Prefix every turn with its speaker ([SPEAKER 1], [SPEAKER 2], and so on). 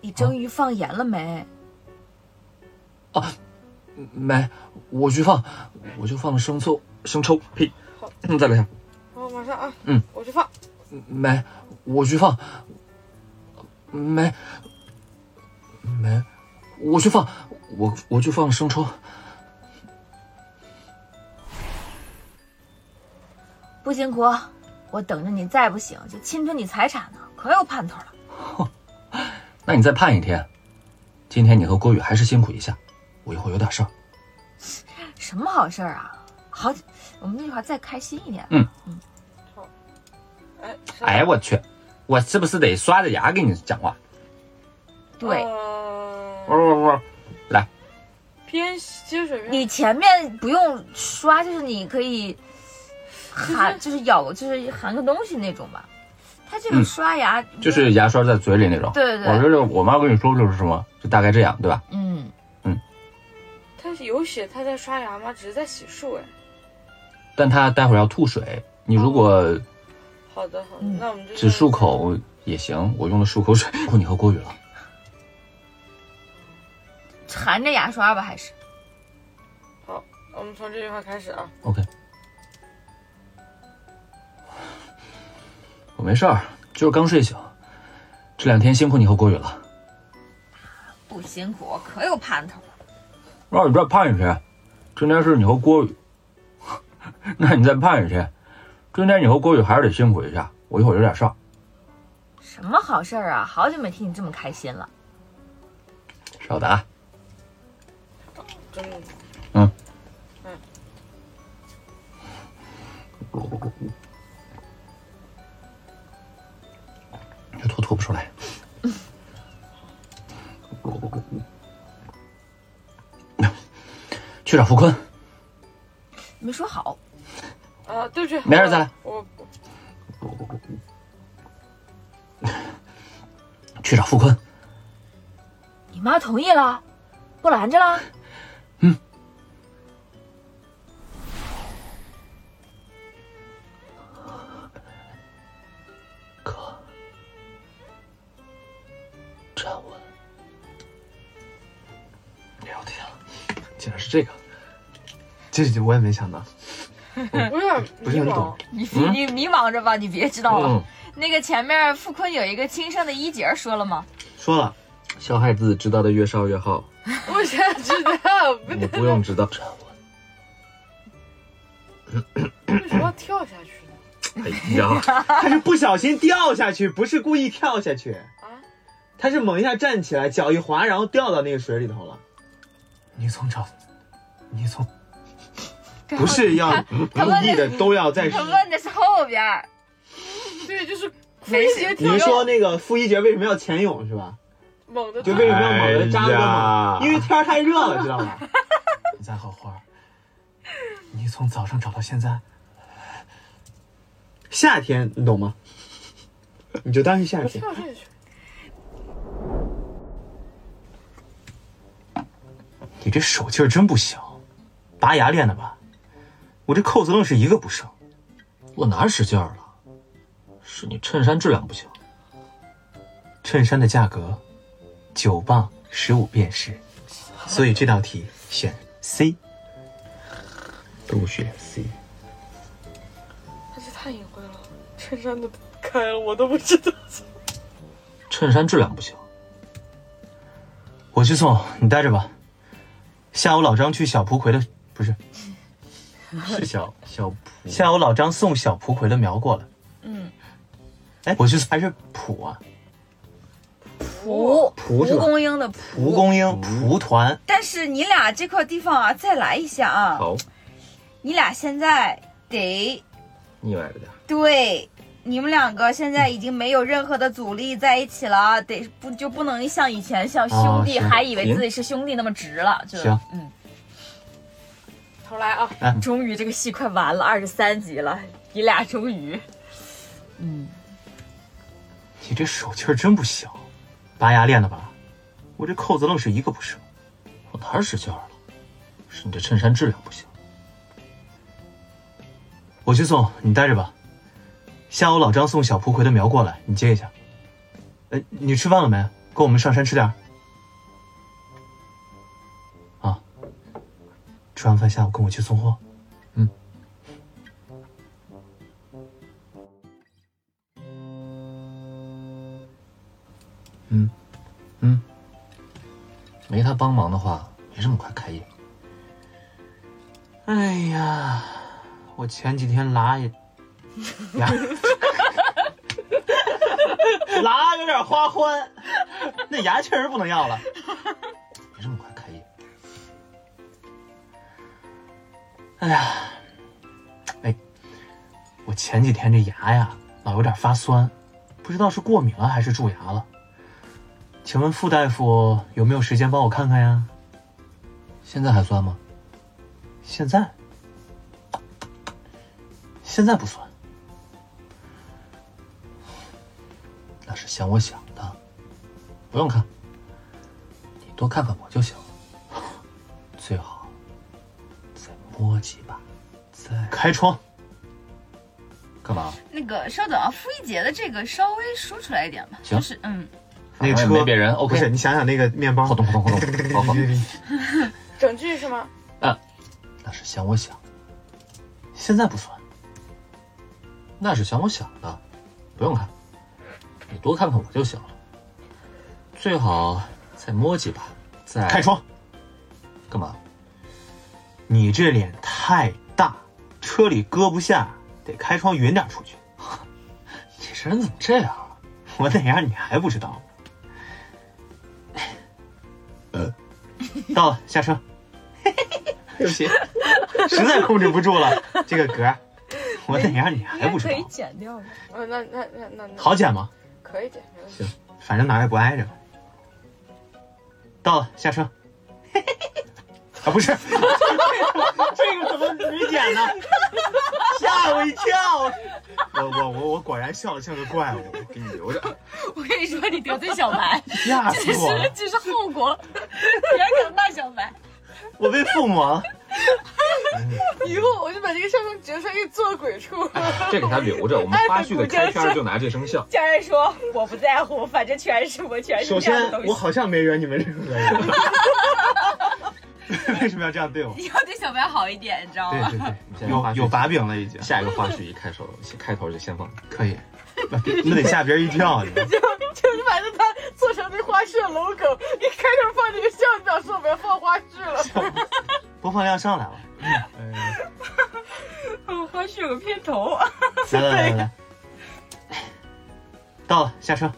[SPEAKER 1] 你蒸鱼放盐了没？
[SPEAKER 2] 啊，没，我去放，我就放了生抽，生抽，呸，再来一下，
[SPEAKER 3] 好，马上啊，
[SPEAKER 2] 嗯，
[SPEAKER 3] 我去放。
[SPEAKER 2] 没，我去放，没，没，我去放，我我去放生抽，
[SPEAKER 1] 不辛苦，我等着你，再不行就侵吞你财产呢，可有盼头了。
[SPEAKER 2] 那你再盼一天，今天你和郭宇还是辛苦一下，我一会儿有点事儿。
[SPEAKER 1] 什么好事儿啊？好，我们那会儿再开心一点。
[SPEAKER 3] 哎，是
[SPEAKER 2] 哎，我去，我是不是得刷着牙跟你讲话？
[SPEAKER 1] 对、
[SPEAKER 3] 呃
[SPEAKER 2] 不不不，
[SPEAKER 3] 偏接水面
[SPEAKER 1] 你前面不用刷，就是你可以含，就是咬，就是含个东西那种吧。它这个
[SPEAKER 2] 嗯
[SPEAKER 1] 刷牙，
[SPEAKER 2] 就是牙刷在嘴里那种。
[SPEAKER 1] 对对对
[SPEAKER 2] 我觉得我妈跟你说就是什么，就大概这样，对吧？
[SPEAKER 1] 嗯，
[SPEAKER 3] 他有写他在刷牙吗？只是在洗漱哎。
[SPEAKER 2] 但她待会儿要吐水，你如果
[SPEAKER 3] 好的好的，
[SPEAKER 1] 嗯
[SPEAKER 3] 那我们就
[SPEAKER 2] 只漱。口也行，我用的漱口水。 你和郭宇了，
[SPEAKER 1] 含着牙刷吧，还是
[SPEAKER 3] 好，我们从这句话开始啊。
[SPEAKER 2] 我没事儿，就是刚睡醒。这两天辛苦你和郭宇了，
[SPEAKER 1] 不辛苦，可有盼头了。
[SPEAKER 2] 让哦你再盼一天，今天是你和郭宇， 那你再盼一天，今天你和郭宇还是得辛苦一下，我一会儿有点事儿。
[SPEAKER 1] 什么好事儿啊？好久没听你这么开心了。
[SPEAKER 2] 稍等啊，
[SPEAKER 3] 真的。
[SPEAKER 2] 嗯这吐吐不出来。嗯去找傅坤，
[SPEAKER 1] 没说好，
[SPEAKER 3] 啊，对不起，
[SPEAKER 2] 没事再来
[SPEAKER 3] 我
[SPEAKER 2] 去找傅坤。
[SPEAKER 1] 你妈同意了，不拦着了。
[SPEAKER 2] 可站稳。哎呦我天啊，竟然是这个！
[SPEAKER 4] 这这我也没想到，
[SPEAKER 3] 我有点
[SPEAKER 4] 不是很
[SPEAKER 3] 迷
[SPEAKER 4] 懂
[SPEAKER 3] 茫。
[SPEAKER 1] 你
[SPEAKER 2] 嗯
[SPEAKER 1] 你迷茫着吧，你别知道了。
[SPEAKER 2] 嗯，
[SPEAKER 1] 那个前面傅坤有一个亲生的一姐儿说了吗？
[SPEAKER 4] 说了，
[SPEAKER 2] 小孩子知道的越少越好，
[SPEAKER 3] 我现在知道，不
[SPEAKER 2] 你不用知 道。站稳。
[SPEAKER 3] 为什么要跳下去呢？
[SPEAKER 2] 哎呀，
[SPEAKER 1] 啊
[SPEAKER 4] 他是不小心掉下去，不是故意跳下去，
[SPEAKER 3] 啊，
[SPEAKER 4] 他是猛一下站起来，脚一滑，然后掉到那个水里头了。你总找，你总不是要故意的，都要在。
[SPEAKER 1] 他问的是后边儿，
[SPEAKER 3] 对，就是傅
[SPEAKER 1] 没
[SPEAKER 3] 一
[SPEAKER 1] 事
[SPEAKER 3] 杰
[SPEAKER 4] 你
[SPEAKER 3] 跳
[SPEAKER 4] 是
[SPEAKER 3] 跃
[SPEAKER 4] 说那个傅一杰为什么要潜泳是吧？
[SPEAKER 3] 猛的
[SPEAKER 4] 就为什么要猛地扎哥嘛？
[SPEAKER 2] 哎呀
[SPEAKER 4] 因为天儿太热了，知道吗？
[SPEAKER 5] 你在好花儿，你从早上找到现在，
[SPEAKER 4] 夏天你懂吗？你就当是夏天。
[SPEAKER 3] 跳下去，
[SPEAKER 5] 你这手劲儿真不小，拔牙练的吧？我这扣子愣是一个不剩。
[SPEAKER 2] 我哪使劲儿了？是你衬衫质量不行。
[SPEAKER 5] 衬衫的价格，九磅十五便士，所以这道题选 C。
[SPEAKER 2] 都选 C。
[SPEAKER 3] 而且太隐晦了，衬衫都开了，我都不知道。
[SPEAKER 2] 衬衫质量不行。
[SPEAKER 5] 我去送你，待着吧。下午老张去小蒲葵的，不是
[SPEAKER 2] 是小小蒲
[SPEAKER 5] 下午老张送小蒲葵的苗过来。
[SPEAKER 1] 嗯，
[SPEAKER 5] 哎，我去还是蒲啊，
[SPEAKER 1] 蒲
[SPEAKER 4] 蒲是吧
[SPEAKER 1] 公英的
[SPEAKER 5] 蒲
[SPEAKER 1] 蒲。
[SPEAKER 5] 公英蒲团。
[SPEAKER 1] 但是你俩这块地方啊，再来一下啊！
[SPEAKER 2] 好，
[SPEAKER 1] 你俩现在得
[SPEAKER 2] 腻歪着点儿。
[SPEAKER 1] 对，你们两个现在已经没有任何的阻力在一起了，得不就不能像以前像兄弟、
[SPEAKER 5] 哦行
[SPEAKER 1] 还以为自己是兄弟那么直了，就
[SPEAKER 5] 行
[SPEAKER 1] 嗯，
[SPEAKER 3] 重来啊，
[SPEAKER 1] 终于这个戏快完了，二十三集了，你俩终于，嗯，
[SPEAKER 5] 你这手劲儿真不小，拔牙练的吧？我这扣子愣是一个不剩。
[SPEAKER 2] 我哪使劲儿了？是你这衬衫质量不行。
[SPEAKER 5] 我去送你，待着吧。下午老张送小蒲葵的苗过来，你接一下。哎，你吃饭了没？跟我们上山吃点儿。啊，吃完饭下午跟我去送货。
[SPEAKER 2] 没他帮忙的话，没这么快开业。
[SPEAKER 5] 哎呀，我前几天拉也，呀，
[SPEAKER 6] 拉有点花欢，
[SPEAKER 5] 那牙确实不能要了。
[SPEAKER 2] 没这么快开业。
[SPEAKER 5] 哎呀，哎，我前几天这牙呀老有点发酸，不知道是过敏了还是蛀牙了。请问傅大夫有没有时间帮我看看呀？
[SPEAKER 2] 现在还算吗？
[SPEAKER 5] 现在，现在不酸。
[SPEAKER 2] 那是像我想的，不用看，你多看看我就行了。最好再摸几把，再
[SPEAKER 5] 开窗，
[SPEAKER 2] 干嘛？
[SPEAKER 1] 那个稍等啊，傅一杰的这个稍微说出来一点吧，
[SPEAKER 2] 行
[SPEAKER 1] 就是嗯，
[SPEAKER 5] 那个
[SPEAKER 2] 反正
[SPEAKER 5] 车
[SPEAKER 2] 也没别人
[SPEAKER 5] 不是
[SPEAKER 2] ，OK。
[SPEAKER 5] 你想想那个面包
[SPEAKER 2] 好，动好动好动，好好。
[SPEAKER 3] 整句是吗？
[SPEAKER 2] 那是像我想，
[SPEAKER 5] 现在不酸。
[SPEAKER 2] 那是像我想的，不用看，你多看看我就行了。最好再摸几把，再
[SPEAKER 5] 开窗，
[SPEAKER 2] 干嘛？
[SPEAKER 5] 你这脸太大，车里搁不下，得开窗匀点出去。
[SPEAKER 2] 你这人怎么这样啊？
[SPEAKER 5] 我哪样你还不知道？呃，到了，下 车。对不起， 实在控制不住了，这个嗝，我哪样你还不知道？
[SPEAKER 7] 剪掉的。
[SPEAKER 3] 呃，那那那那那
[SPEAKER 5] 好剪吗？
[SPEAKER 3] 可以剪，没问题。
[SPEAKER 5] 反正哪儿也不挨着。到了，下车。 啊，不是， 这个怎么没剪呢？吓我一跳！我我我我果然笑得像个怪物，
[SPEAKER 6] 给你留着。
[SPEAKER 1] 我跟你说，你得罪小 白，
[SPEAKER 5] 吓死
[SPEAKER 1] 这
[SPEAKER 5] 我了
[SPEAKER 1] 是！这是后果，别敢骂小白。
[SPEAKER 5] 我被附魔了。
[SPEAKER 3] 以后我就把这个笑声截出来，给你做鬼畜。
[SPEAKER 6] 这给他留着，我们花絮的开篇就拿这声笑。
[SPEAKER 1] 家人说我不在乎，反正全是我，全
[SPEAKER 5] 首先，我好像没惹你们任何人。 为什么要这样对我？
[SPEAKER 1] 你要对小白好一点，你知道
[SPEAKER 5] 对
[SPEAKER 1] 吗？
[SPEAKER 5] 对
[SPEAKER 6] 这
[SPEAKER 5] 对，
[SPEAKER 6] 样的话
[SPEAKER 5] 有
[SPEAKER 6] 是
[SPEAKER 5] 有把柄了已经，
[SPEAKER 6] 下一个花絮一开首，开头就先放。
[SPEAKER 5] 可以，那得吓别人一跳。你
[SPEAKER 3] 就是反正他做成那花絮的 logo，一开头放这个笑表示我们要放花絮了。
[SPEAKER 5] 播放量上来了，
[SPEAKER 1] 我花絮有个片头，
[SPEAKER 5] 来来来来来，到了，下车。